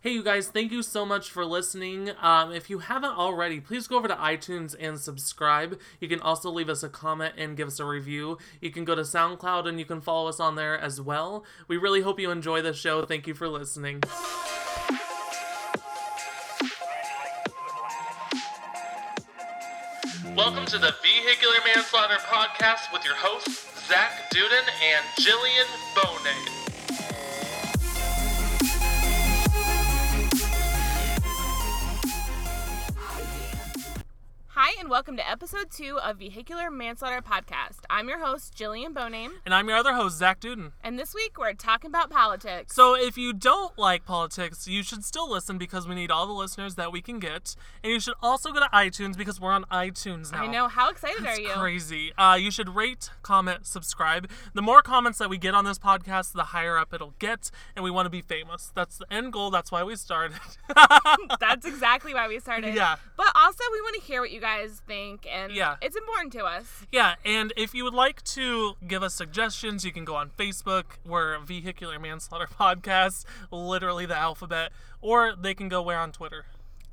Hey, you guys, thank you so much for listening. Um, if you haven't already, please go over to iTunes and subscribe. You can also leave us a comment and give us a review. You can go to SoundCloud and you can follow us on there as well. We really hope you enjoy the show. Thank you for listening. Welcome to the Vehicular Manslaughter Podcast with your hosts, Zach Duden and Jillian Bonet. Hi, and welcome to episode two of Vehicular Manslaughter Podcast. I'm your host, Jillian Boname, And I'm your other host, Zach Duden. and this week we're talking about politics. So if you don't like politics, you should still listen because we need all the listeners that we can get. And you should also go to iTunes because we're on iTunes now. I know, how excited are It's you? crazy. Uh, you should rate, comment, subscribe. The more comments that we get on this podcast, the higher up it'll get, and we want to be famous. That's the end goal. That's why we started. That's exactly why we started. Yeah. But also, we want to hear what you guys think, and Yeah. it's important to us. Yeah, and if you would like to give us suggestions, you can go on Facebook. We're Vehicular Manslaughter Podcast, literally the alphabet, or they can go where on Twitter.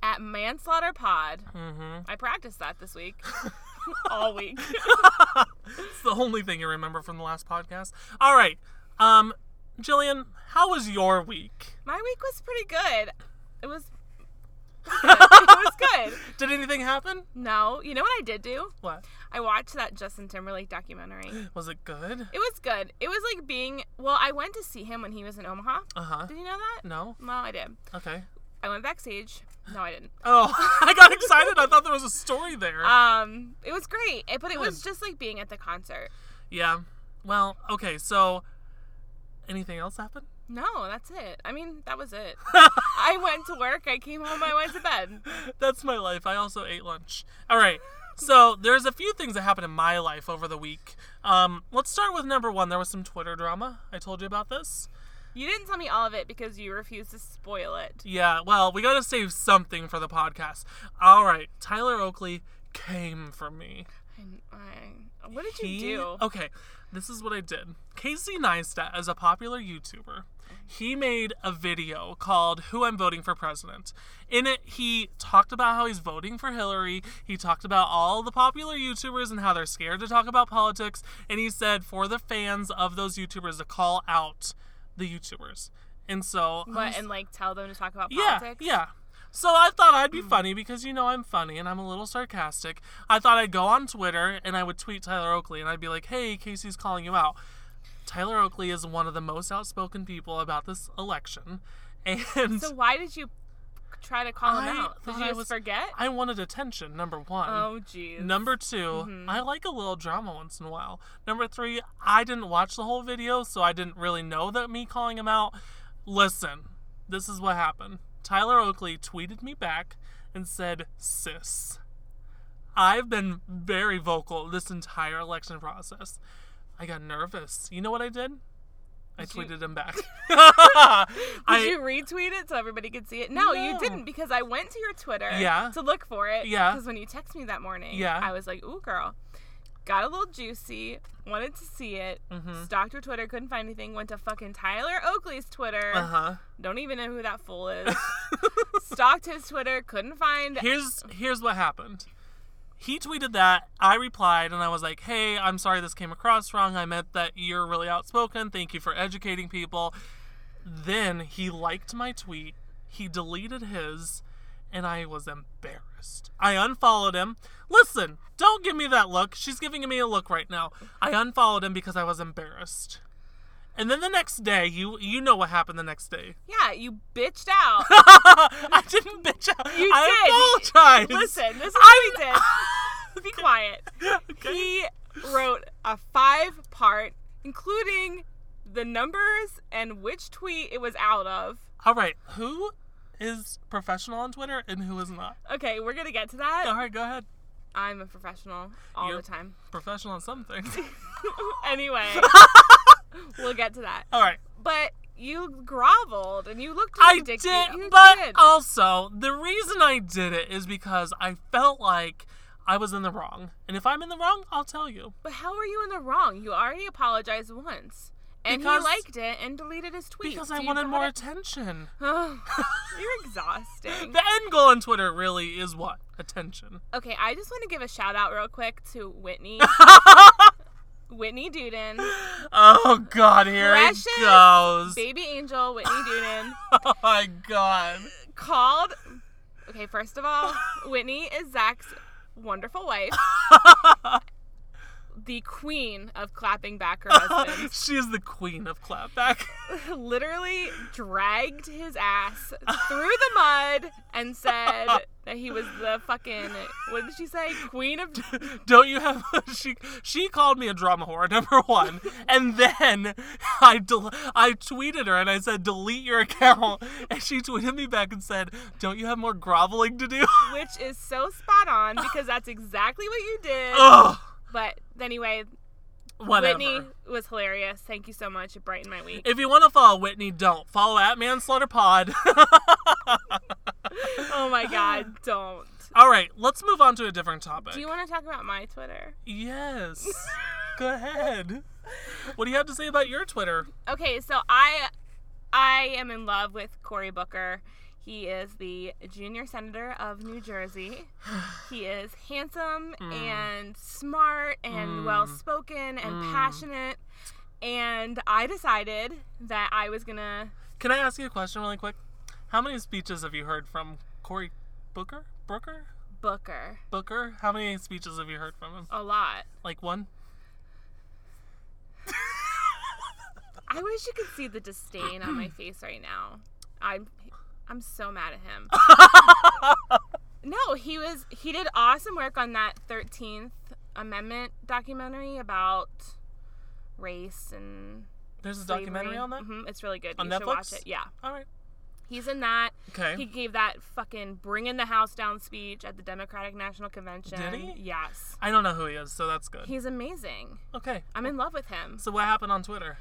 At Manslaughter Pod, Mm-hmm. I practiced that this week, all week. It's the only thing you remember from the last podcast. All right, um, Jillian, how was your week? My week was pretty good. It was. it was good. Did anything happen? No, you know what I did do? What I watched that Justin Timberlake documentary. was it good? It was good. It was like being well, I went to see him when he was in Omaha. Uh huh. Did you know that? No. No, I did. Okay. I went backstage. No, I didn't. Oh, I got excited. I thought there was a story there. Um, it was great, eh, but it was just like being at the concert. yeah. Well, okay. So, anything else happened? No, that's it. I mean, that was it. I went to work. I came home. I went to bed. That's my life. I also ate lunch. All right. So there's a few things that happened in my life over the week. Um, let's start with number one. There was some Twitter drama. I told you about this. You didn't tell me all of it because you refused to spoil it. Yeah. Well, we gotta save something for the podcast. All right. Tyler Oakley came for me. I, I- what did He- you do? Okay, this is what I did. Casey Neistat is a popular YouTuber. He made a video called Who I'm Voting for President. In it, he talked about how he's voting for Hillary. He talked about all the popular YouTubers and how they're scared to talk about politics. And he said for the fans of those YouTubers to call out the YouTubers. And so. I was- What and like tell them to talk about yeah, politics? Hmm. yeah. So I thought I'd be funny because you know I'm funny and I'm a little sarcastic. I thought I'd go on Twitter and I would tweet Tyler Oakley and I'd be like, "Hey, Casey's calling you out." Tyler Oakley is one of the most outspoken people about this election, and So why did you try to call him out? Did thought you just was- forget? I wanted attention. Number one. oh, jeez. Number 2 Mm-hmm. I like a little drama once in a while. Number three, I didn't watch the whole video, so I didn't really know that me calling him out. Listen, this is what happened. Tyler Oakley tweeted me back and said, Sis, I've been very vocal this entire election process. I got nervous. You know what I did? I you- tweeted him back. I, Did you retweet it so everybody could see it? No, No. you didn't because I went to your Twitter Yeah. to look for it. Yeah. Because when you texted me that morning, Yeah. I was like, ooh, girl. Got a little juicy, wanted to see it, Mm-hmm. stalked your Twitter, couldn't find anything, went to fucking Tyler Oakley's Twitter. uh huh. Don't even know who that fool is. stalked his Twitter, couldn't find. here's here's what happened. He tweeted that I replied and I was like, "Hey, I'm sorry this came across wrong. I meant that you're really outspoken. Thank you for educating people." Then he liked my tweet. He deleted his and I was embarrassed. I unfollowed him. Listen, don't give me that look. She's giving me a look right now. I unfollowed him because I was embarrassed. And then the next day, you you know what happened the next day. Yeah, you bitched out. I didn't bitch out. You I did. apologize. Listen, this is what he did. Be quiet. Okay. He wrote a five part, including the numbers and which tweet it was out of. All right, who is professional on Twitter and who is not? Okay, we're gonna get to All that. right, go ahead. I'm a professional all You're- the time. Professional on something. Anyway, we'll get to that. All right. But you groveled and you looked I ridiculous. You did, but uh, did. also the reason I did it is because I felt like I was in the wrong. And if I'm in the wrong, I'll tell you. But how are you in the wrong? You already apologized once. And Because- he liked it and deleted his tweet. Because so I you wanted more gotta- attention. Ugh. You're thing. The end goal on Twitter really is what? Attention. Okay, I just want to give a shout out real quick to Whitney. Whitney Duden. Oh God, here Precious it goes. Baby angel Whitney Duden Oh my God. called. Okay, first of all, Whitney is Zach's wonderful wife, the queen of clapping back her husband. she is the queen of clapback. Literally dragged his ass through the mud and said that he was the fucking, what did she say? Queen of Don't you have she she called me a drama whore number 1 and then I del- I tweeted her and I said delete your account and she tweeted me back and said don't you have more groveling to do? which is so spot on because that's exactly what you did. Ugh. But anyway, Whatever. Whitney was hilarious. Thank you so much. It brightened my week. If you want to follow Whitney, don't follow at Manslaughter Pod. Oh my god, don't. All right, let's move on to a different topic. Do you want to talk about my Twitter? yes. Go ahead. What do you have to say about your Twitter? Okay, so I I am in love with Cory Booker. He is the junior senator of New Jersey. He is handsome and smart and Mm. well spoken and Mm. passionate. And I decided that I was gonna Can I ask you a question really quick? How many speeches have you heard from Cory Booker? Brooker? Booker Booker? How many speeches have you heard from him? a lot. Like one? I wish you could see the disdain on my face right now. I'm I'm so mad at him. no, he was he did awesome work on that 13th Amendment documentary about race and There's a documentary on that? hmm it's really good. On you should watch Netflix? it. Yeah. All right. He's in that. Okay. Mm-hmm. He gave that fucking bringing the house down speech at the Democratic National Convention. Did he? Yes. I don't know who he is, so that's good. He's amazing. okay. I'm in love with him. So what happened on Twitter?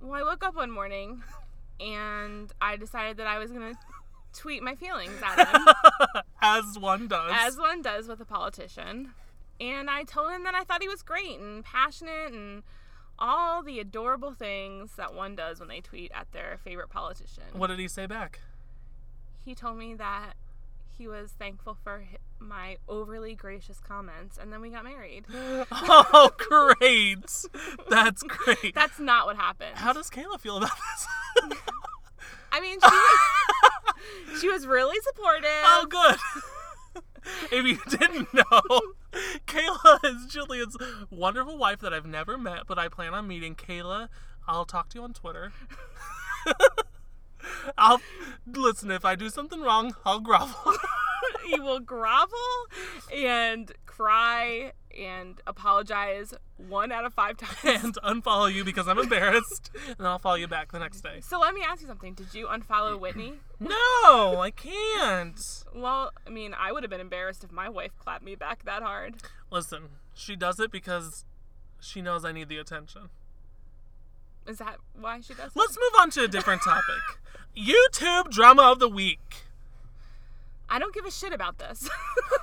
Well, I woke up one morning and I decided that I was going to tweet my feelings at him, As one does. as one does with a politician. And I told him that I thought he was great and passionate and all the adorable things that one does when they tweet at their favorite politician. what did he say back? He told me that he was thankful for hi- my overly gracious comments, and then we got married. oh, great. That's great. That's not what happened. How does Kayla feel about this? I mean, she was, she was really supportive. oh, good. if you didn't know, Kayla is Julian's wonderful wife that I've never met, but I plan on meeting. Kayla, I'll talk to you on Twitter. I'll listen. If I do something wrong, I'll grovel. he will grovel and cry and apologize one out of five times. and unfollow you because I'm embarrassed, and I'll follow you back the next day. So let me ask you something. Did you unfollow Whitney? No, I can't. Well, I mean, I would have been embarrassed if my wife clapped me back that hard. Listen, she does it because she knows I need the attention. Is that why she does it? Let's move on to a different topic. YouTube drama of the week. I don't give a shit about this.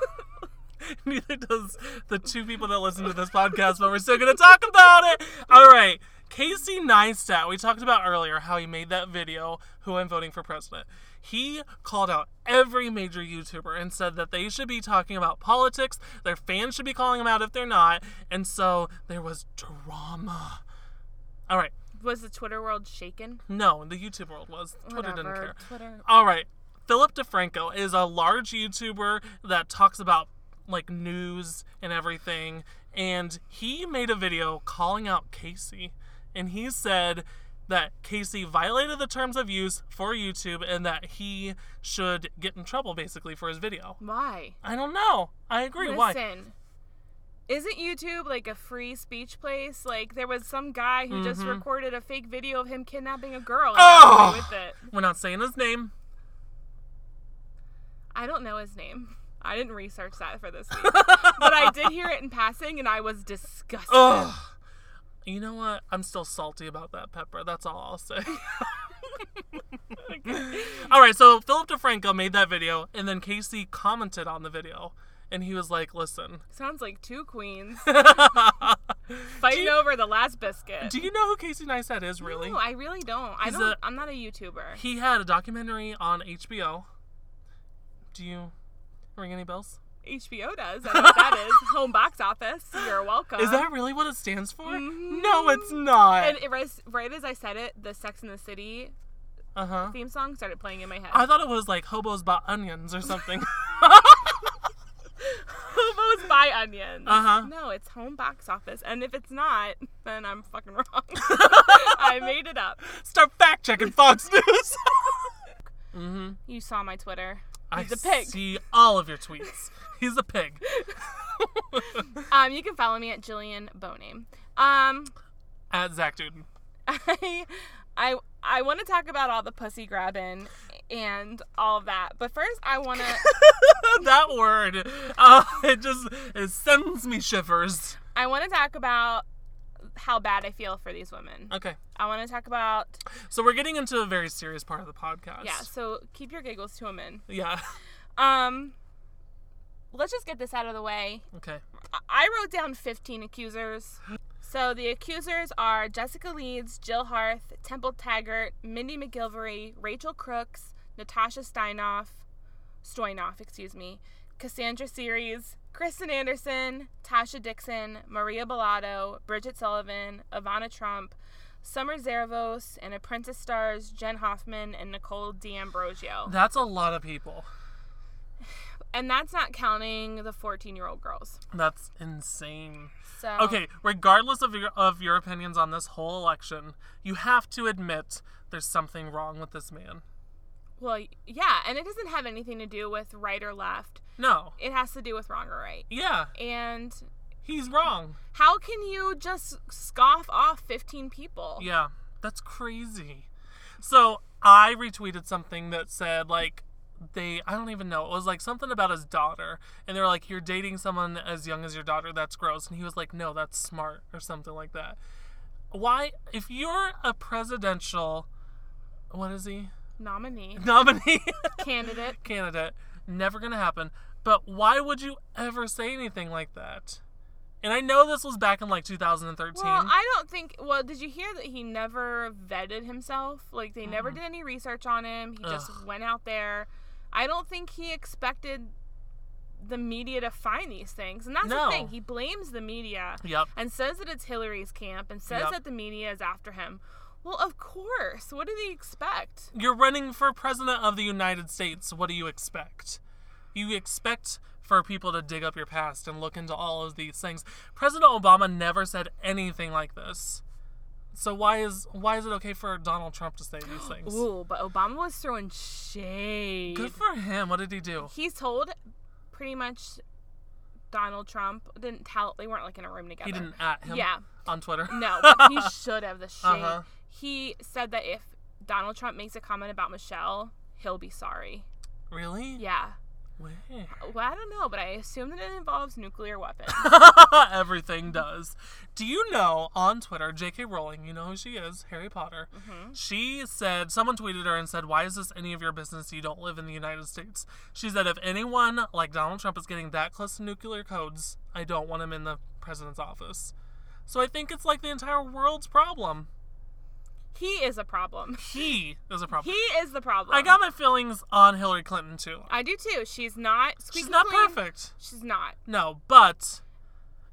Neither does the two people that listen to this podcast, but we're still going to talk about it. All right. Casey Neistat, we talked about earlier how he made that video, Who I'm Voting for President. He called out every major YouTuber and said that they should be talking about politics, their fans should be calling them out if they're not, and so there was drama. All right. Was the Twitter world shaken? No, the YouTube world was. Twitter didn't Whatever. care. Twitter. All right. Philip DeFranco is a large YouTuber that talks about like news and everything. And he made a video calling out Casey. And he said that Casey violated the terms of use for YouTube and that he should get in trouble basically for his video. Why? I don't know. I agree. Why? Listen. Isn't YouTube like a free speech place? Like there was some guy who just Mm-hmm. recorded a fake video of him kidnapping a girl and got away Oh! with it. We're not saying his name. I don't know his name. I didn't research that for this week. but I did hear it in passing and I was disgusted. Ugh. You know what? I'm still salty about that pepper. That's all I'll say. all right, so Philip DeFranco made that video, and then Casey commented on the video, and he was like, "Listen, Sounds like two queens Do fighting you- over the last biscuit. do you know who Casey Neistat is? Really? No, I really don't. I He's don't a- i I'm not a YouTuber. He had a documentary on HBO Do you ring any bells? HBO does. I know what that is. Home box office. You're welcome. Is that really what it stands for? Mhm. No, it's not. Uh-huh. And it, right, right as I said it, the Sex and the City uh huh. theme song started playing in my head. I thought it was like hobos bought onions or something. Hobos buy onions. Uh-huh. No, it's home box office. And if it's not, then I'm fucking wrong. I made it up. Start fact checking Fox News. mm-hmm. You saw my Twitter. I He's a pig. see all of your tweets. He's a pig. Um, you can follow me at Jillian Boname. Um, At Zach Duden. I, I, I want to talk about all the pussy grabbing and all of that. But first, I want to. that word, uh, it just it sends me shivers. I want to talk about how bad I feel for these women. Okay, I want to talk about so we're getting into a very serious part of the podcast. yeah. So keep your giggles to a min. Yeah. Um, let's just get this out of the way. Okay. I- I wrote down 15 accusers. So the accusers are Jessica Leeds, Jill Harth, Temple Taggart, Mindy McGilvery, Rachel Crooks, Natasha Steinoff, Stoinoff, excuse me, Cassandra Series, Kristen Anderson, Tasha Dixon, Maria Bellotto, Bridget Sullivan, Ivana Trump, Summer Zervos, and Apprentice Stars, Jen Hoffman, and Nicole D'Ambrosio. That's a lot of people. And that's not counting the 14 year old girls. That's insane. So Okay, regardless of your of your opinions on this whole election, you have to admit there's something wrong with this man. Well, y- yeah, and it doesn't have anything to do with right or left. No. It has to do with wrong or right. Yeah, And he's wrong. how can you just scoff off 15 people? Yeah, that's crazy. So I retweeted something that said like they I don't even know it was like something about his daughter, and they were like, "You're dating someone as young as your daughter. That's gross." And he was like, "No, that's smart," or something like that. Why, if you're a presidential, what is he Nominee, nominee? candidate. candidate. Never gonna happen. But why would you ever say anything like that? And I know this was back in like 2013. Well, I don't think. Well, did you hear that he never vetted himself? Like, they Mm-hmm. never did any research on him. He just went out there. I don't think he expected the media to find these things. And that's No. the thing. He blames the media. yep. and says that it's Hillary's camp and says Yep. that the media is after him. Well, of course. What do they expect? You're running for president of the United States. What do you expect? You expect for people to dig up your past and look into all of these things. President Obama never said anything like this. So why is why is it okay for Donald Trump to say these things? Ooh, but Obama was throwing shade. Good for him. What did he do? He told pretty much Donald Trump didn't tell they weren't like in a room together. He didn't at him Yeah. on Twitter. No, but he should have the shade. Uh-huh. He said that if Donald Trump makes a comment about Michelle, he'll be sorry. Really? Yeah. Where? Well, I don't know, but I assume that it involves nuclear weapons. Everything does. Do you know on Twitter, J.K. Rowling, you know who she is, Harry Potter, Mm-hmm. she said, someone tweeted her and said, Why is this any of your business? You don't live in the United States. She said, If anyone like Donald Trump is getting that close to nuclear codes, I don't want him in the president's office. So I think it's like the entire world's problem. he is a problem. He is a problem. He is the problem. I got my feelings on Hillary Clinton too. I do too. She's not. Squeaky She's not clean. perfect. She's not. No, but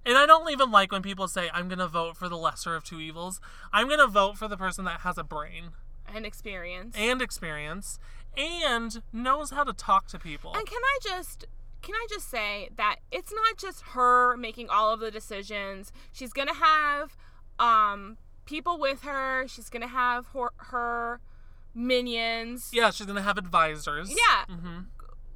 and I don't even like when people say I'm going to vote for the lesser of two evils. I'm going to vote for the person that has a brain An experience. And, and experience and knows how to talk to people. can I just can I just say that it's not just her making all of the decisions. She's gonna have um people with her. She's gonna have her, her minions. yeah, she's going to have advisors. Yeah. hmm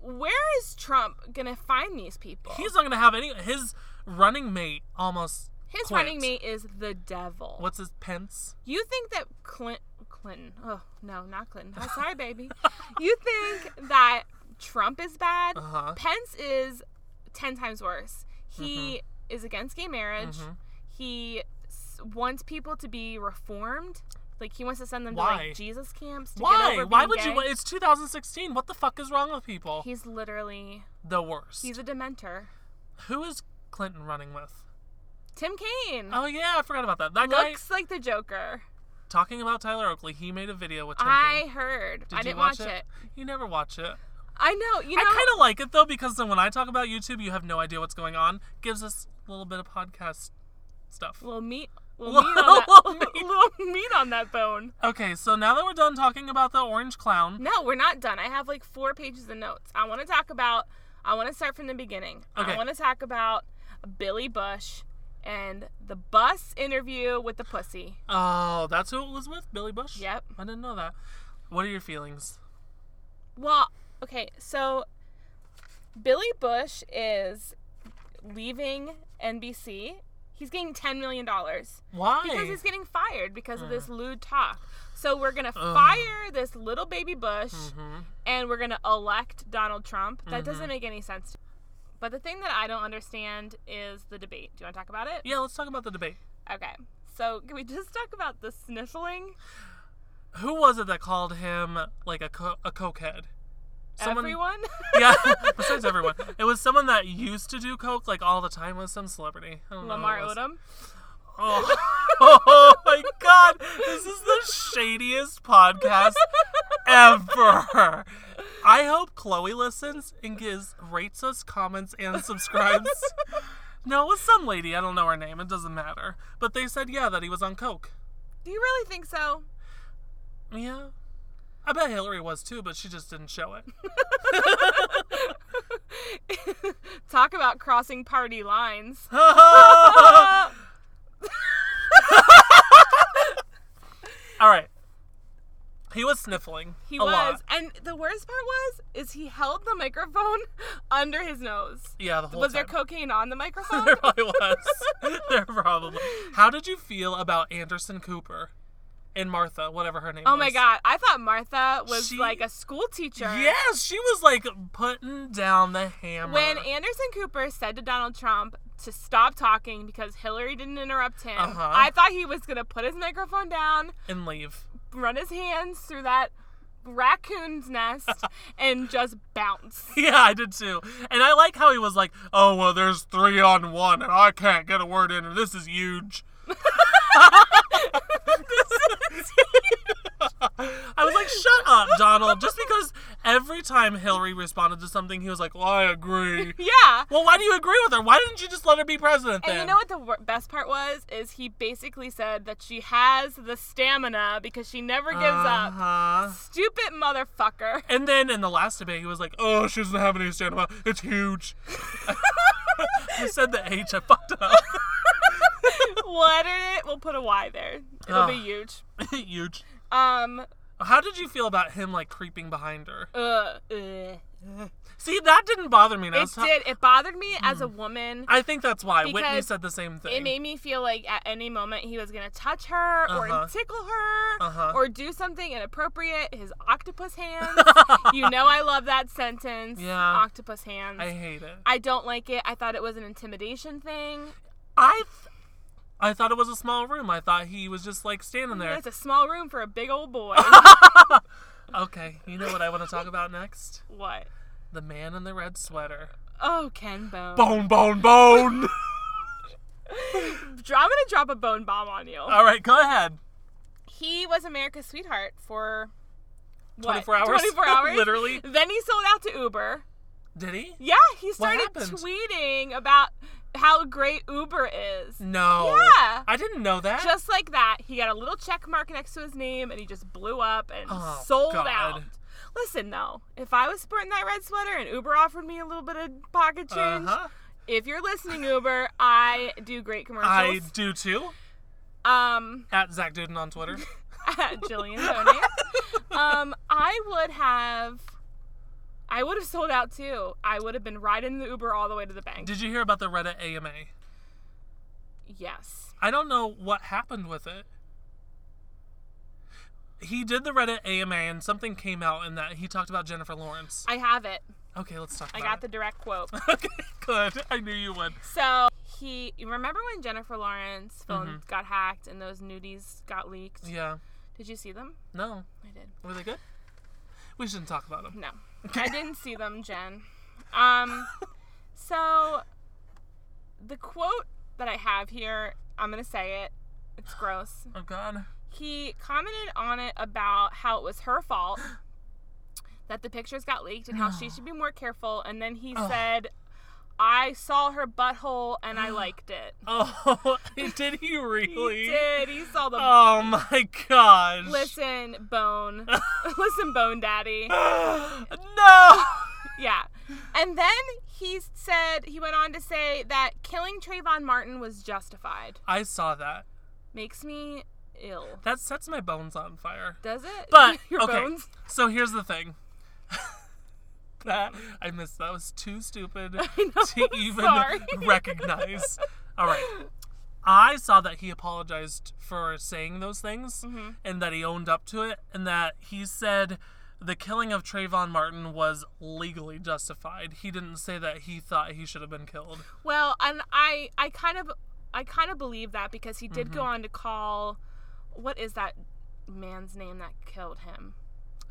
Where is Trump gonna find these people? He's not going to have any his running mate almost his quit. running mate is the devil. What's his Pence? You think that Clint Clinton? Oh no, not Clinton. Oh, sorry, baby. you think that Trump is bad? Uh-huh. Pence is ten times worse. He Mm-hmm. is against gay marriage. Mhm. He s- wants people to be reformed. Like he wants to send them to Why? like Jesus camps. To Get Why? over Why being would gay. you? It's 2016. What the fuck is wrong with people? He's literally the worst. he's a dementor. Who is Clinton running with? Tim Kaine Oh yeah, I forgot about that. That guy looks like the Joker. talking about Tyler Oakley. He made a video with Tim Kaine. I heard. I you didn't watch, it. You never watch it. I know. You know. I kind of like it though because then when I talk about YouTube, you have no idea what's going on. Gives us a little bit of podcast stuff. little meat. Little, Little- meat on that, little meat. little meat on that bone. Okay, so now that we're done talking about the orange clown, No, we're not done. I have like four pages of notes. I want to talk about. I want to start from the beginning. Okay. I want to talk about Billy Bush and the bus interview with the pussy. oh, that's who it was with, Billy Bush. Yep. I didn't know that. What are your feelings? Well, okay, so Billy Bush is leaving NBC. He's getting ten million dollars Why? because he's getting fired because of this lewd talk. So we're gonna Ugh. fire this little baby Bush, Mhm. and we're gonna elect Donald Trump. Mm-hmm. That doesn't make any sense. to But the thing that I don't understand is the debate. Do you want to talk about it? Yeah, let's talk about the debate. Okay. So can we just talk about the sniffling? Who was it that called him like a co- a cokehead? Everyone. yeah, besides everyone, it was someone that used to do coke like all the time. It Was some celebrity? I don't know who it Lamar was. Odom. Oh. Oh my god, this is the shadiest podcast ever. I hope Chloe listens and gives rates us, comments, and subscribes. No, it was some lady. I don't know her name. It doesn't matter. But they said yeah that he was on coke. Do you really think so? Yeah, I bet Hillary was too, but she just didn't show it. Talk about crossing party lines. All right. He was sniffling. He a was, lot. and the worst part was, is he held the microphone under his nose. Yeah, the whole was there time. cocaine on the microphone? there probably was. there probably. How did you feel about Anderson Cooper and Martha, whatever her name oh was? my god, I thought Martha was She- like a school teacher. Yes, she was like putting down the hammer. When Anderson Cooper said to Donald Trump to stop talking because Hillary didn't interrupt him, Uh-huh. I thought he was gonna put his microphone down, and leave. run his hands through that raccoon's nest, and just bounce. Yeah, I did too. And I like how he was like, "Oh well, there's three on one, and I can't get a word in, and this is huge." I was like, "Shut up, Donald!" Just because every time Hillary responded to something, he was like, "Well, I agree." Yeah. Well, why do you agree with her? Why didn't you just let her be president then? And you know what the wor- best part was is he basically said that she has the stamina because she never gives up. Uh-huh. Stupid motherfucker. And then in the last debate, he was like, "Oh, she doesn't have any stamina. It's huge." I said the H. I fucked up. Lettered it. We'll put a Y there. It'll be Ugh. huge. huge. Um. How did you feel about him like creeping behind her? Uh, uh. See, that didn't bother me. and I It was ta- did. It bothered me as a woman. I think that's why Whitney Because said the same thing. It made me feel like at any moment he was gonna touch her Uh-huh. or tickle her Uh-huh. or do something inappropriate. His octopus hands. you know I love that sentence. Yeah. Octopus hands. I hate it. I don't like it. I thought it was an intimidation thing. I, th- I thought it was a small room. I thought he was just like standing there. It's a small room for a big old boy. Okay, you know what I want to talk about next? what? The man in the red sweater. Oh, Ken Bone. Bone, bone, bone. I'm gonna drop a bone bomb on you. All right, go ahead. He was America's sweetheart for what? 24 hours. 24 hours. Literally. Then he sold out to Uber. Did he? Yeah, he started happened? tweeting about how great Uber is. No. Yeah. I didn't know that. Just like that, he got a little check mark next to his name and he just blew up and Oh, sold God. out. Listen, though, if I was sporting that red sweater and Uber offered me a little bit of pocket change, uh-huh. if you're listening, Uber, I do great I commercials. do too. um, At Zach Duden on Twitter. at Jillian Boney. um, I would have, I would have sold out too. I would have been riding the Uber all the way to the bank. Did you hear about the Reddit AMA? yes. I don't know what happened with it. He did the Reddit AMA and something came out in that he talked about Jennifer Lawrence. I have it. Okay, let's talk I about got the it. direct quote. Okay, good. I knew you would. So he, you remember when Jennifer Lawrence phone got hacked and those nudies got leaked? Yeah. Did you see them? No. I did. Were they good? We shouldn't talk about them. No, I didn't see them, Jen. Um, so the quote that I have here, I'm gonna say it. It's gross. Oh god. He commented on it about how it was her fault that the pictures got leaked and how she should be more careful. And then he Ugh. said, I saw her butthole and I liked it. Oh, did he really? He did. He saw the. Oh my gosh. Listen, bone. Listen, bone daddy. no. Yeah. And then he said, he went on to say that killing Trayvon Martin was justified. I saw that. Makes me ill. That sets my bones on fire. Does it? But Your okay. bones? So here's the thing. that I missed. That was too stupid I know, to even sorry. recognize. All right. I saw that he apologized for saying those things Mm-hmm. and that he owned up to it and that he said the killing of Trayvon Martin was legally justified. He didn't say that he thought he should have been killed. Well, and I, I kind of, I kind of believe that because he did Mm-hmm. go on to call, what is that man's name that killed him?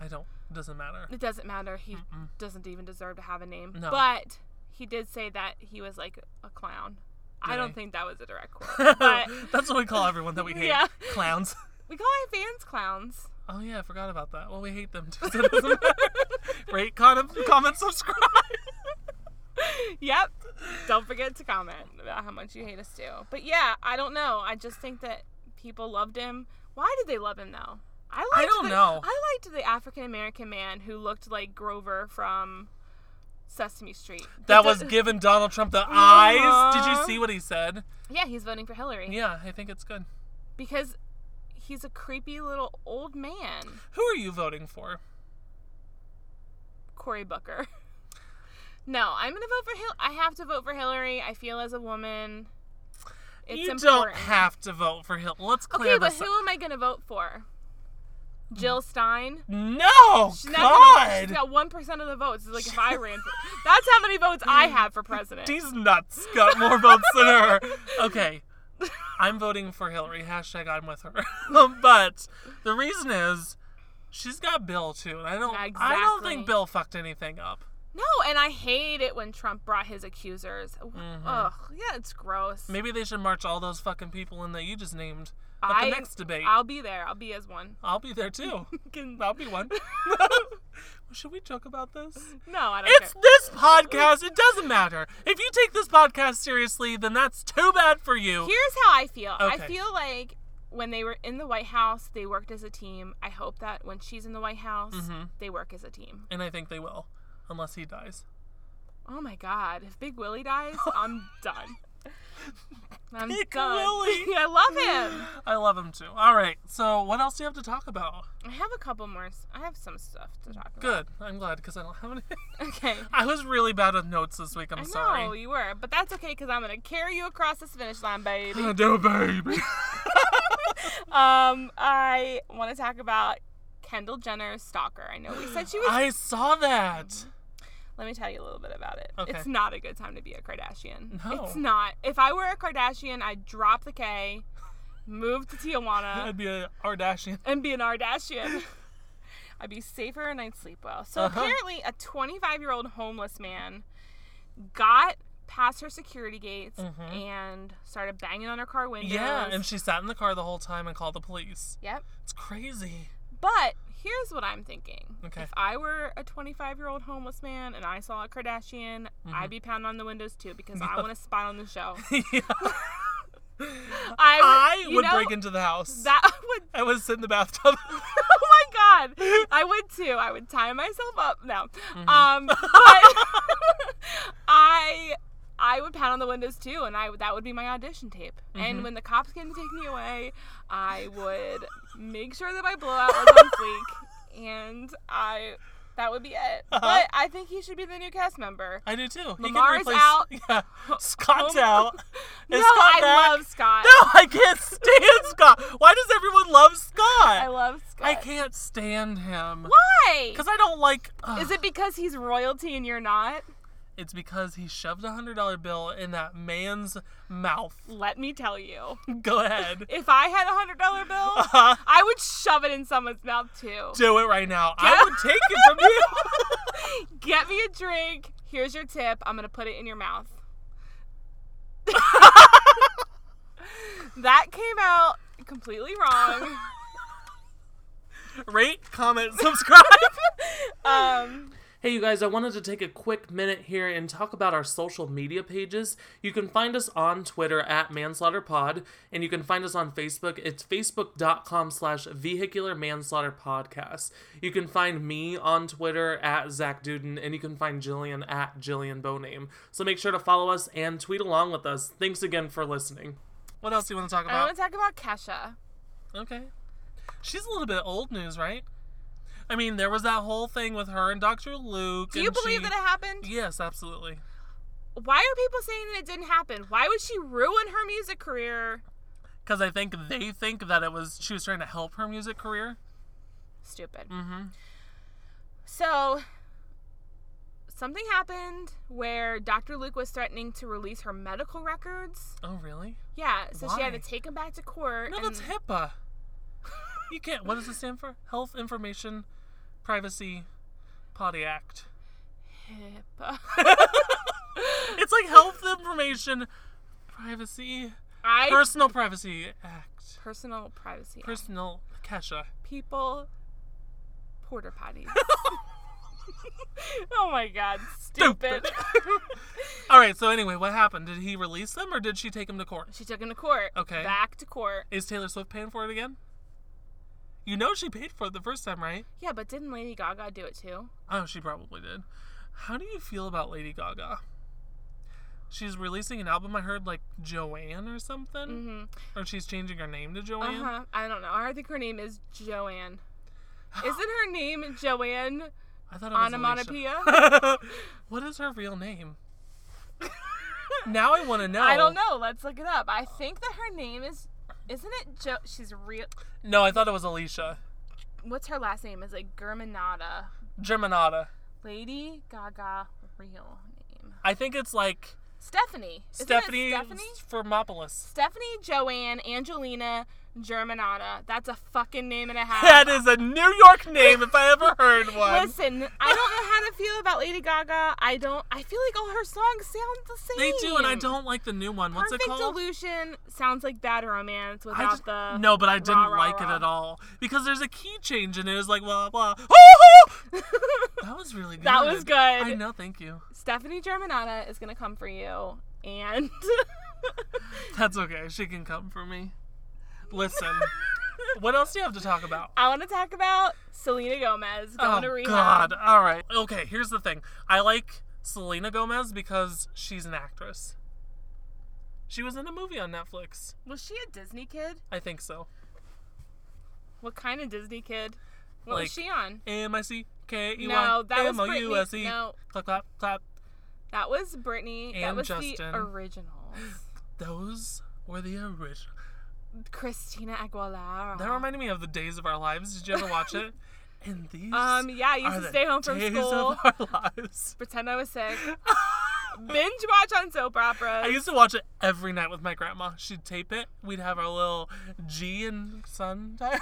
I don't doesn't matter. It doesn't matter. He doesn't even deserve to have a name. No. But he did say that he was like a clown. I Did don't he? think that was a direct quote. But That's what we call everyone that we hate. Yeah. Clowns. we call our fans clowns. Oh yeah, I forgot about that. Well, we hate them too. So it doesn't matter. Rate, comment, comment, subscribe. Yep. Don't forget to comment about how much you hate us too. But yeah, I don't know. I just think that people loved him. Why did they love him though? I liked don't the- know. I liked the African American man who looked like Grover from Sesame Street. That But was the- giving Donald Trump the eyes. Did you Uh-huh. see what he said? yeah. He's voting for Hillary. Yeah, I think it's good. because he's a creepy little old man, Who are you voting for? Cory Booker. No, I'm gonna vote for Hill. I have to vote for Hillary. I feel as a woman, it's you important. don't have to vote for him. Let's clear Okay, but this who up. am I gonna vote for? Jill Stein. No, She's not gonna- God, she's got one percent of the votes. It's like if I ran, for, that's how many votes I have for president. these nuts got more votes than her. Okay, I'm voting for Hillary. Hashtag I'm with her. but the reason is she's got Bill too, and I don't. I don't Exactly. think Bill fucked anything up. No, and I hate it when Trump brought his accusers. Mm-hmm. Ugh, yeah, it's gross. Maybe they should march all those fucking people in that you just named at I- the next debate. I'll, I'll be there. I'll be as one. be there too. Can- I'll be one. should we joke about this? No, I don't It's care. this podcast. It doesn't matter. If you take this podcast seriously, then that's too bad for you. Here's how I feel. I Okay. feel like when they were in the White House, they worked as a team. I hope that when she's in the White House, Mm-hmm. they work as a team. and I think they will, unless he dies. Oh my God! If Big Willie dies, I'm done. I'm Big done. Willie. I love him. I love him too. All right. So, what else do you have to talk about? I have a couple more. s- I have some stuff to talk about. Good. I'm glad because I don't have any. Okay. I was really bad with notes this week. I'm I sorry. know you were, but that's okay because I'm gonna carry you across this finish line, baby. I do, baby. um, I want to talk about Kendall Jenner's stalker. I know we said she was I saw that. Let me tell you a little bit about it. Okay. It's not a good time to be a Kardashian. No. It's not. If I were a Kardashian, I'd drop the K, move to Tijuana, I'd be a Kardashian. and be an Ardashian. I'd be safer and I'd sleep well. So Uh-huh. apparently, a 25 year old homeless man got past her security gates and started banging on her car windows. Mm-hmm. Yeah, and she sat in the car the whole time and called the police. yep. It's crazy. But here's what I'm thinking. Okay. If I were a 25 year old homeless man and I saw a Kardashian, Mm-hmm. I'd be pounding on the windows too because I want to spy on the show. I I you would know, break into the house. that. Would I would sit in the bathtub. oh my god, I would too. I would tie myself up. No, Mm-hmm. um, but I I would pound on the windows too, and I would- that would be my audition tape. Mm-hmm. And when the cops came to take me away, I would make sure that my blowout was on fleek, and I that would be it. Uh-huh. But I think he should be the new cast member. I do too. He Lamar's out. Yeah. Scott's Home- out. No, Is Scott I back? love Scott. No, I can't stand Scott. Why does everyone love Scott? I love Scott. I can't stand him. Why? Because I don't like. ugh. Is it because he's royalty and you're not? It's because he shoved a hundred dollar bill in that man's mouth. Let me tell you. Go ahead. If I had a hundred dollar bill, Uh-huh. I would shove it in someone's mouth too. Do it right now. I would take it from you. Get me a drink. Here's your tip. I'm gonna put it in your mouth. that came out completely wrong. Rate, comment, subscribe. Um, Hey, you guys, I wanted to take a quick minute here and talk about our social media pages. You can find us on Twitter at ManslaughterPod, and you can find us on Facebook. It's facebook.com slash vehicular manslaughter podcast. You can find me on Twitter at Zach Duden, and you can find Jillian at Jillian Boname. So make sure to follow us and tweet along with us. Thanks again for listening. What else do you want to talk I about? want to talk about Kesha. Okay. She's a little bit old news, right? I mean, there was that whole thing with her and Dr. Luke. Do you and believe she- that it happened? Yes, absolutely. Why are people saying that it didn't happen? Why would she ruin her music career? Because I think they think that it was she was trying to help her music career. Stupid. Mm-hmm. So, something happened where Dr. Luke was threatening to release her medical records. Oh, really? Yeah, so she had to Why? take him back to court. No, and- that's HIPAA. You can't. What does it stand for? Health Information Privacy Potty Act. HIPAA. It's like Health Information Privacy I Personal Privacy Act. personal privacy. Personal Kesha. people porter potties. oh my god, Stupid. stupid. All right. So anyway, what happened? Did he release them or did she take him to court? she took him to court. Okay. Back to court. Is Taylor Swift paying for it again? You know she paid for it the first time, right? Yeah, but didn't Lady Gaga do it too? Oh, she probably did. How do you feel about Lady Gaga? She's releasing an album I heard like Joanne or something, Mm-hmm. or she's changing her name to Uh Joanne. huh. I don't know. I think her name is Joanne. Isn't her name Joanne I thought it was Alicia. Onomatopoeia? what is her real name? now I want to know. I don't know. Let's look it up. I think that her name is. Isn't it Jo? She's real. No, I thought it was Alicia What's her last name? Is it Germanata? Germanata. Lady Gaga real name. I think it's like Stephanie. Isn't it Stephanie, Stephanie? Formopoulos. Stephanie Joanne Angelina Germanata. That's a fucking name and a half. That is a New York name if I ever heard one. Listen, I don't know how to feel about Lady Gaga. I don't. I feel like all her songs sound the they same. do, and I don't like the new one. What's Perfect it called? Delusion sounds like bad romance I without just- the. no, but I didn't rah, like it rah. at all because there's a key change and it was like blah blah. Oh, that was really good. That was good. I know. Thank you. Stephanie Germanata is gonna come for you, and That's okay. She can come for me. Listen, what else do you have to talk about? I want to talk about Selena Gomez going to oh rehab. God! All right. Okay. Here's the thing. I like Selena Gomez because she's an actress. She was in a movie on Netflix. Was she a Disney kid? I think so. What kind of Disney kid? What Like- was she on? M I C K E Y No, that was M O Britney. U S E. No, Clap clap clap. that was Britney. that And was Justin. the originals. Those were the original. Christina Aguilera. That reminded me of the Days of Our Lives. Did you ever watch it? And these Um, yeah, I used are to the stay home from days school, of our lives. pretend I was sick, binge watch on soap I operas. used to watch it every night with my grandma. She'd tape it. We'd have our little G and sun time.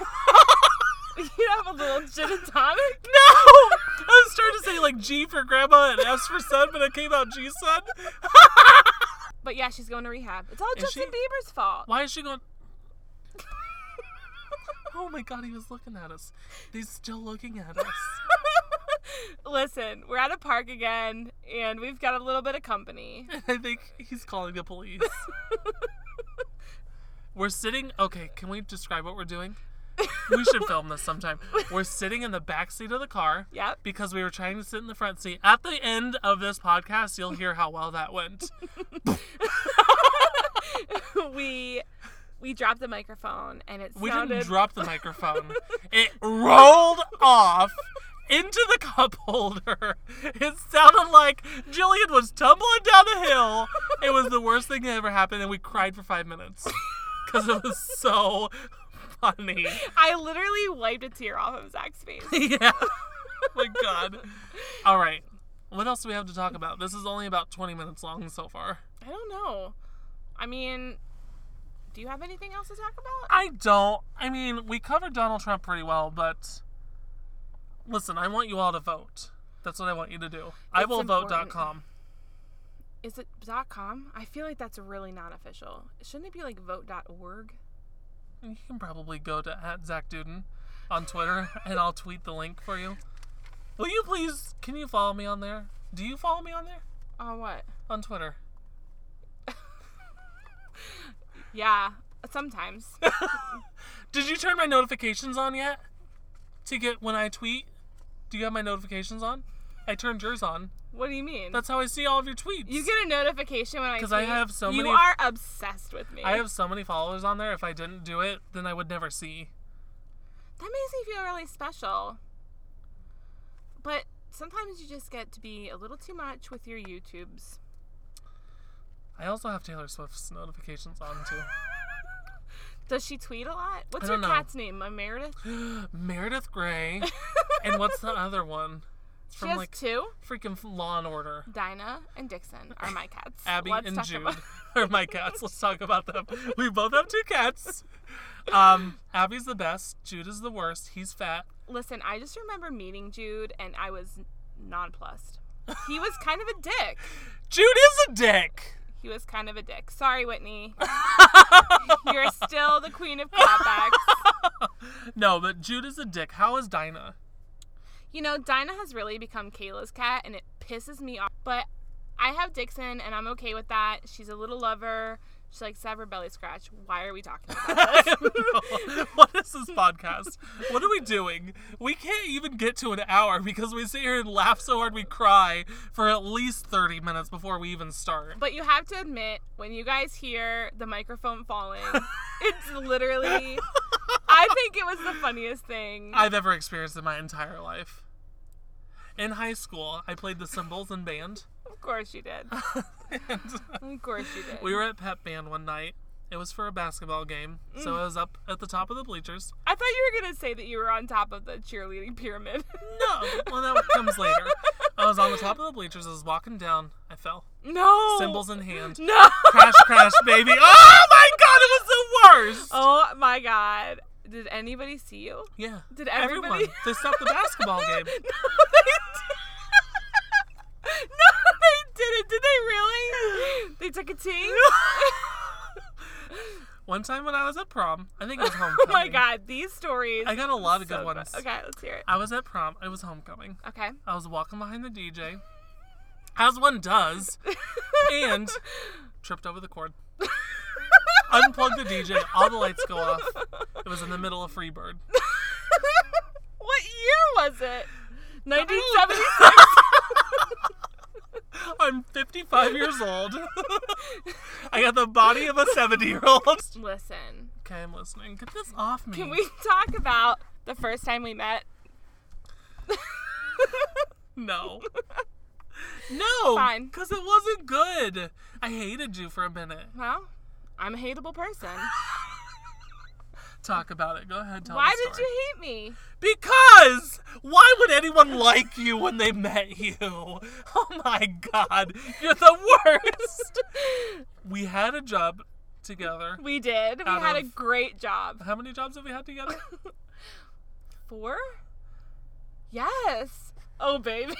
You'd have a little gin and tonic. no, I was trying to say like G for grandma and S for sun, but it came out G sun. But yeah, she's going to rehab. It's all Is Justin she? Bieber's fault. Why is she going? Oh my God, he was looking at us. He's still looking at us. Listen, we're at a park again, and we've got a little bit of company. I think he's calling the police. we're sitting. Okay, can we describe what we're doing? We should film this sometime. We're sitting in the back seat of the car Yep. because we were trying to sit in the front seat. At the end of this podcast, you'll hear how well that went. we we dropped the microphone, and it We sounded didn't drop the microphone, it rolled off. Into the cup holder. It sounded like Jillian was tumbling down a hill. It was the worst thing that ever happened, and we cried for five minutes because it was so funny. I literally wiped a tear off of Zach's face. yeah. Oh My God. All right. What else do we have to talk about? This is only about 20 minutes long so far. I don't know. I mean, do you have anything else to talk about? I don't. I mean, we covered Donald Trump pretty well, but listen, I want you all to vote. That's what I want you to do. I It's will important. vote.com. Is it .com? I feel like that's really not official. Shouldn't it be like vote.org? You can probably go to at Zach Duden. on Twitter, and I'll tweet the link for you. Will you please? Can you follow me on there? Do you follow me on there On Oh, what? on Twitter? Yeah, sometimes. Did you turn my notifications on yet? To get when I tweet? Do you have my notifications on? I turned yours on. what do you mean? That's how I see all of your tweets. you get a notification when I 'Cause I tweet? have so many- You are obsessed with me. I have so many followers on there. If I didn't do it, then I would never see. That makes me feel really special. But sometimes you just get to be a little too much with your YouTubes. I also have Taylor Swift's notifications on Does she tweet a lot? What's I her don't know. cat's name? Uh, Meredith? too. Meredith Grey. and what's the other one? It's She from has like two. freaking Law and Order. Dinah and Dixon are my cats. Abby Let's and talk Jude about- are my cats. Let's talk about them. We both have two cats. Um, Abby's the best. Jude is the worst. He's fat. Listen, I just remember meeting Jude and I was nonplussed. He was kind of a dick. Jude is a dick. He was kind of a dick. Sorry, Whitney. You're still the queen of cutbacks. No, but Jude is a dick. How is Dinah? You know, Dinah has really become Kayla's cat, and it pisses me off. But I have Dixon, and I'm okay with that. She's a little lover. She likes to have her belly scratch. Why are we talking about I don't know. What is this podcast? What are we doing? We can't even get to an hour because we sit here and laugh so hard we cry for at least 30 minutes before we even start. But you have to admit, when you guys hear the microphone falling, it's literally. I think it was the funniest thing. I've ever experienced in my entire life. In high school, I played the cymbals in band. Of course you did. and Of course you did. we were at pep band one night. It was for a basketball game, so I was up at the top of the bleachers. I thought you were gonna say that you were on top of the cheerleading pyramid. No, well that comes later. I was on the top of the bleachers. I was walking down. I fell, no. cymbals in hand. No. Crash, crash, baby! Oh my god, it was the worst. Oh my god. Did anybody see you? yeah, Did everyone? everybody? They stopped the basketball game. no, they did. no, they didn't. Did they really? They took a tea. One time when I was at prom, I think it was homecoming. oh my god, these stories. I got a lot of so good ones. Okay, let's hear it. I was at prom. It was homecoming. Okay. I was walking behind the DJ, as one does, and tripped over the cord. Unplugged the DJ, all the lights go off. It was in the middle of Freebird. what year was it? 1976. I'm 55 years old. I got the body of a 70 year old. Okay, Listen, I'm listening. Get this off me. can we talk about the first time we met? No. No. Fine. Because it wasn't good. I hated you for a minute. Well, I'm a hateable person. Talk about it. Go ahead. Tell Why the did story. you hate me? Because why would anyone like you when they met you? Oh my god, you're the worst. we had a job together. We did. We Out had a of- great job. How many jobs have we had together? Four? Yes. Oh, baby.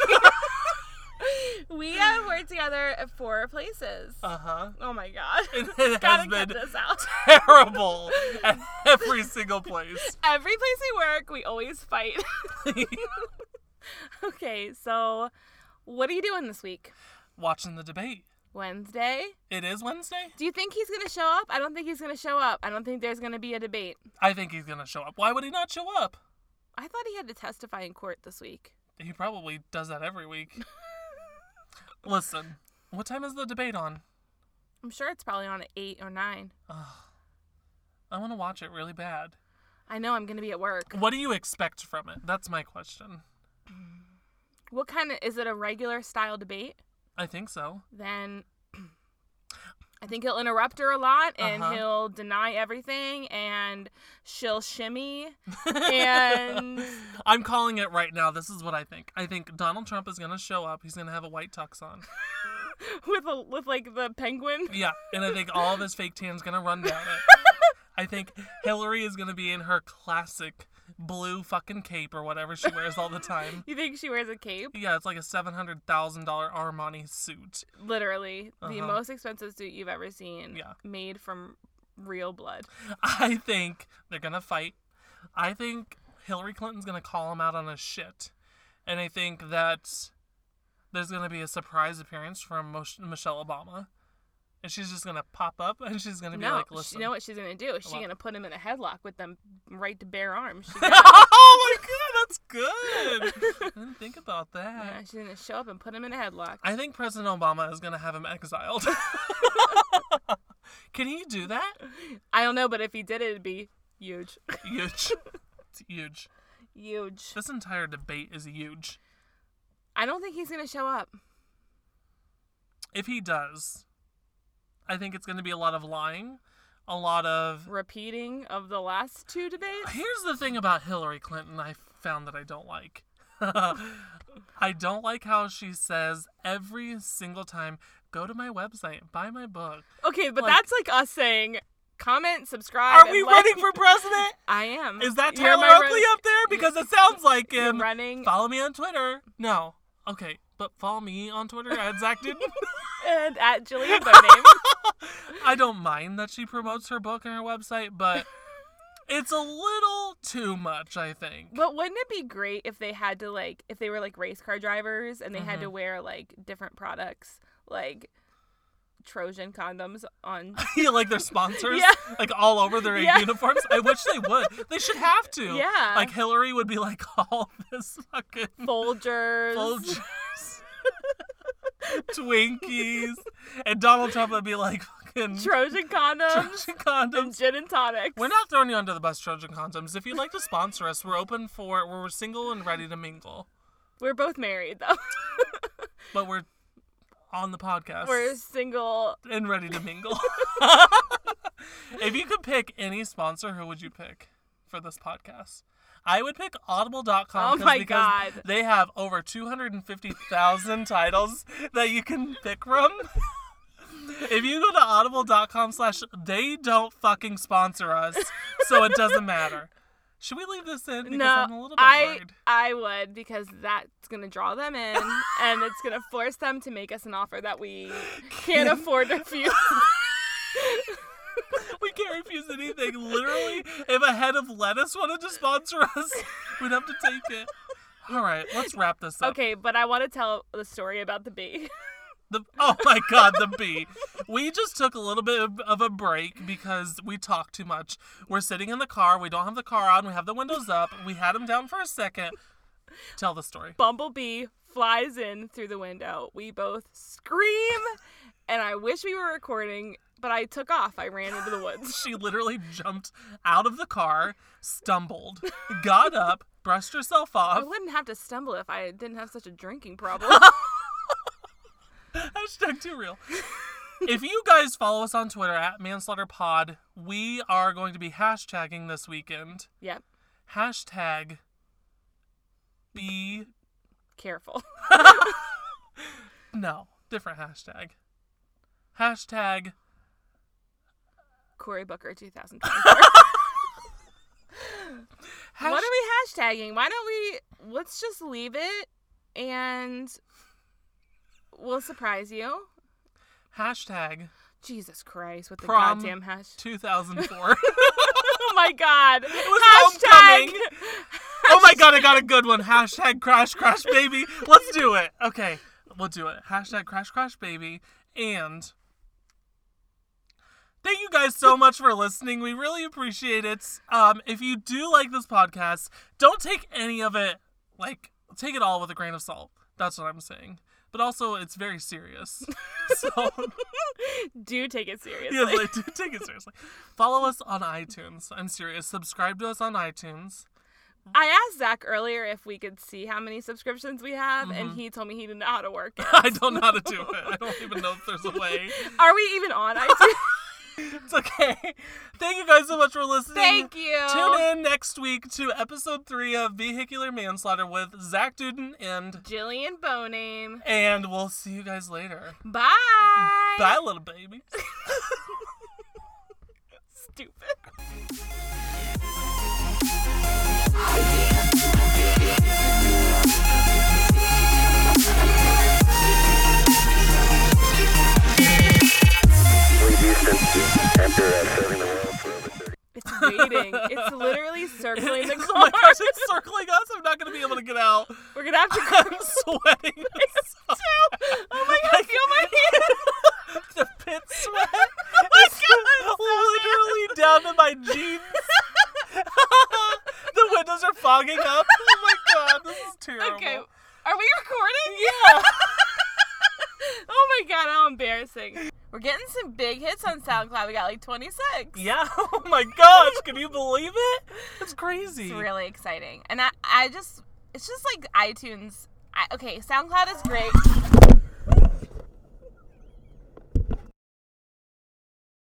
we have worked together at four places. Uh huh. oh my god. It, it has Gotta cut been this out. terrible at every single place. Every place we work, we always fight. okay, so what are you doing this week? Watching the debate. Wednesday? It is Wednesday. Do you think he's gonna show up? I don't think he's gonna show up. I don't think there's gonna be a debate. I think he's gonna show up. Why would he not show up? I thought he had to testify in court this week. He probably does that every week. Listen, what time is the debate on? I'm sure it's probably on at eight or nine. I want to watch it really bad. I know I'm gonna be at work. What do you expect from it? That's my question. What kind of is it a regular style debate? I think so. Then I think he'll interrupt her a lot and Uh-huh. he'll deny everything and she'll shimmy and I'm calling it right now. This is what I think. I think Donald Trump is going to show up. He's going to have a white tux on. with a, with like the penguin. Yeah, and I think all of his fake tan's going to run down it. I think Hillary is going to be in her classic blue fucking cape or whatever she wears all the time. You think she wears a cape? Yeah, it's like a $700,000 Armani suit. Literally, the Uh-huh. most expensive suit you've ever seen. Yeah. Made from real blood. I think they're going to fight. I think Hillary Clinton's going to call him out on his shit. And I think that there's going to be a surprise appearance from Mo- Michelle Obama. And she's just going to pop up and she's going to be no, like, she- listen. you know what she's gonna do? She's Well- gonna put him in a headlock with them right to bare arms. She's gonna, oh my God, that's good. I didn't think about that. yeah, she's gonna show up and put him in a headlock. I think President Obama is going to have him exiled. Can he do that? I don't know, but if he did it, it'd be huge, Huge. It's huge. huge. This entire debate is huge. I don't think he's gonna show up. If he does, I think it's going to be a lot of lying, a lot of. Repeating of the last two debates. Here's the thing about Hillary Clinton I found that I don't like. I don't like how she says every single time, go to my website, buy my book. Okay, but Like- that's like us saying, comment, subscribe. Are and we like- running for president? I am. Is that You're Taylor my Oakley run- up there? Because it sounds like you're him. running Follow me on Twitter. No. Okay, but follow me on Twitter at Zach Duden. and at Jillian Bonin. I don't mind that she promotes her book and her website, but it's a little too much, I think. But wouldn't it be great if they had to like if they were like race car drivers and they had Mm-hmm. to wear like different products like Trojan condoms on yeah, like their sponsors, Yeah. like all over their Yeah. uniforms. I wish they would. They should have to. Yeah. Like Hillary would be like all this fucking Folgers. Folgers, Twinkies, and Donald Trump would be like fucking Trojan condoms Trojan condoms. and gin and tonics. We're not throwing you under the bus, Trojan Condoms. If you'd like to sponsor us, we're open for we're single and ready to mingle. We're both married though. But we're on the podcast we're single. and ready to mingle. if you could pick any sponsor, who would you pick for this podcast? I would pick audible.com Oh 'cause- my because God. they have over 250,000 titles that you can pick from. if you go to audible.com slash they don't fucking sponsor us, so it doesn't matter. Should we leave this in? Because I'm a No, little bit I worried. I would because that's gonna draw them in and it's gonna force them to make us an offer that we can't afford to refuse. We can't refuse anything. Literally, if a head of lettuce wanted to sponsor us, we'd have to take it. All right, let's wrap this up. Okay, but I want to tell the story about the bee. The, oh my god, the bee. We just took a little bit of- of a break because we talked too much. We're sitting in the car. We don't have the car on. We have the windows up. We had him down for a second. Tell the story. Bumblebee flies in through the window. We both scream, and I wish we were recording, but I took off. I ran into the woods. She literally jumped out of the car, stumbled, got up, brushed herself I off. wouldn't have to stumble if I didn't have such a drinking problem. Hashtag too real. if you guys follow us on Twitter at Manslaughter Pod, we are going to be hashtagging this weekend. yep, Hashtag be careful. no different hashtag. Hashtag Cory Booker 2024. hash- what are we hashtagging? Why don't we? Let's just leave it, and we'll surprise you. hashtag Jesus Christ! With the Prom goddamn hash. 2004. Oh my god. It was homecoming. oh my god, I got a good one. Hashtag crash crash baby. Let's do it. Okay, we'll do it. Hashtag crash crash baby. And thank you guys so much for listening. We really appreciate it. Um, if you do like this podcast, don't take any of it like take it all with a grain of salt. That's what I'm saying. But also, it's very serious. So Do take it seriously. Yes, I do take it seriously. Follow us on iTunes. I'm serious. Subscribe to us on iTunes. I asked Zach earlier if we could see how many subscriptions we have, and Mm-hmm. he told me he didn't know how to work it. I don't know how to do it. I don't even know if there's a way. Are we even on iTunes? It's okay. Thank you guys so much for listening. Thank you. Tune in next week to episode three of Vehicular Manslaughter with Zach Duden and Jillian Boname. and we'll see you guys later. Bye. Bye, little baby. Stupid. Leave Houston to enter at serving the world for over 30. It's waiting. moving. It's literally circling the It is- car. oh my gosh, it's circling us. I'm not going to be able to get out. We're gonna have to go I'm sweating. so too. Oh my god, feel my hand. the pit sweat is literally down to my jeans. the windows are fogging up. Oh my god, this is terrible. Okay, are we recording? Yeah. Oh my god, how embarrassing. We're getting some big hits on SoundCloud. We got like 26. Yeah. Oh my gosh, can you believe it? It's crazy. It's really exciting. And I, I just, it's just like iTunes. I, okay, SoundCloud is great.